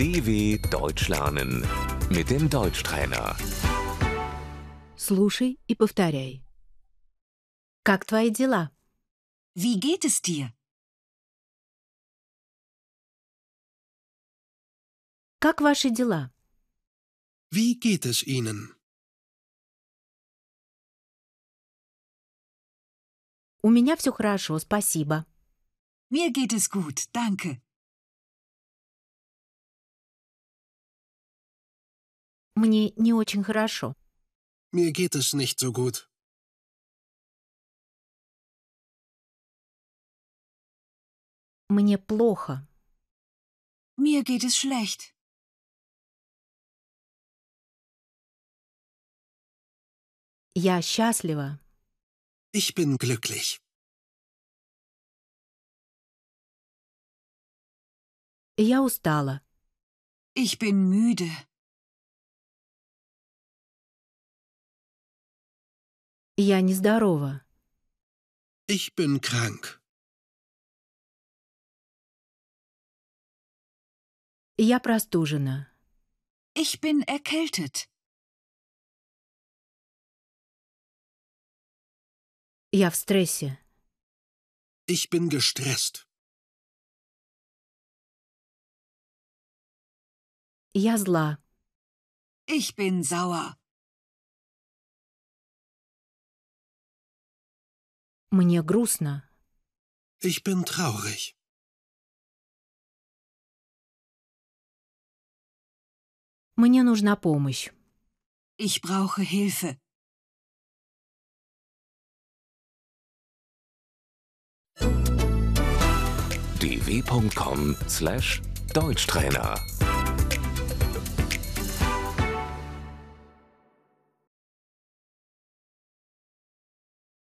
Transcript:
DW Deutsch lernen mit dem Deutschtrainer. Слушай и повторяй. Как твои дела? Wie geht es dir? Как ваши дела? Wie geht es Ihnen? У меня все хорошо, спасибо. Mir geht es gut, danke. Мне не очень хорошо. Mir geht es nicht so gut. Мне плохо. Mir geht es schlecht. Я счастлива. Ich bin glücklich. Я устала. Ich bin müde. Я нездорова. Ich bin krank. Я простужена. Ich bin erkältet. Я в стрессе. Ich bin gestresst. Я зла. Ich bin sauer. Мне грустно. Ich bin traurig. Мне нужна помощь. Ich brauche Hilfe. dw.com/deutschtrainer